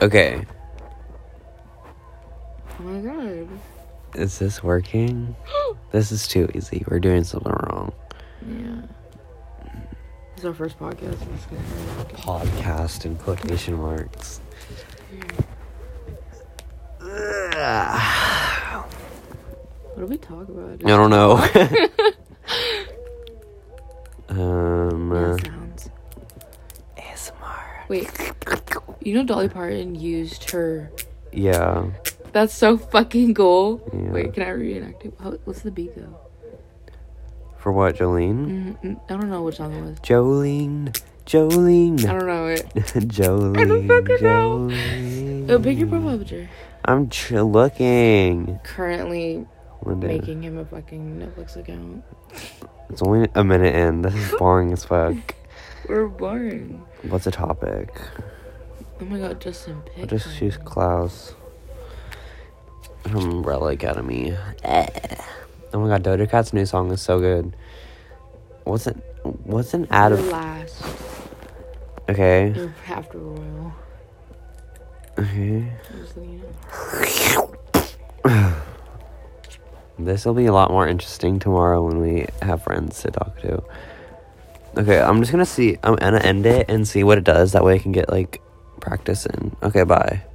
Okay, Oh my god. is this working? This is too easy. We're doing something wrong. Yeah. It's our first podcast. We're just gonna try it. Podcast in quotation marks. I What do we talk about? don't know. um, uh, Yeah, sounds. ASMR. Wait. You know Dolly Parton used her. Yeah. That's so fucking cool. Yeah. Wait, can I reenact it? How, what's the beat go? For what, Jolene? Mm, I don't know what song it was. Jolene. Jolene. I don't know it. Jolene. I don't fucking know. Jolene. Oh, pick your profile picture. I'm ch- looking. Currently Linda. making him a fucking Netflix account. It's only a minute in. This is boring as fuck. We're boring. What's the topic? Oh my god, Justin Pick. I'll just choose something. Klaus. Umbrella Academy. Eh. Oh my god, Doja Cat's new song is so good. What's it? What's an ad You're of? last. Okay. You're after Royal. Okay. I'm just letting you know. This will be a lot more interesting tomorrow when we have friends to talk to. Okay, I'm just gonna see. I'm gonna end it and see what it does. That way I can get like practice in. Okay, bye. Eh.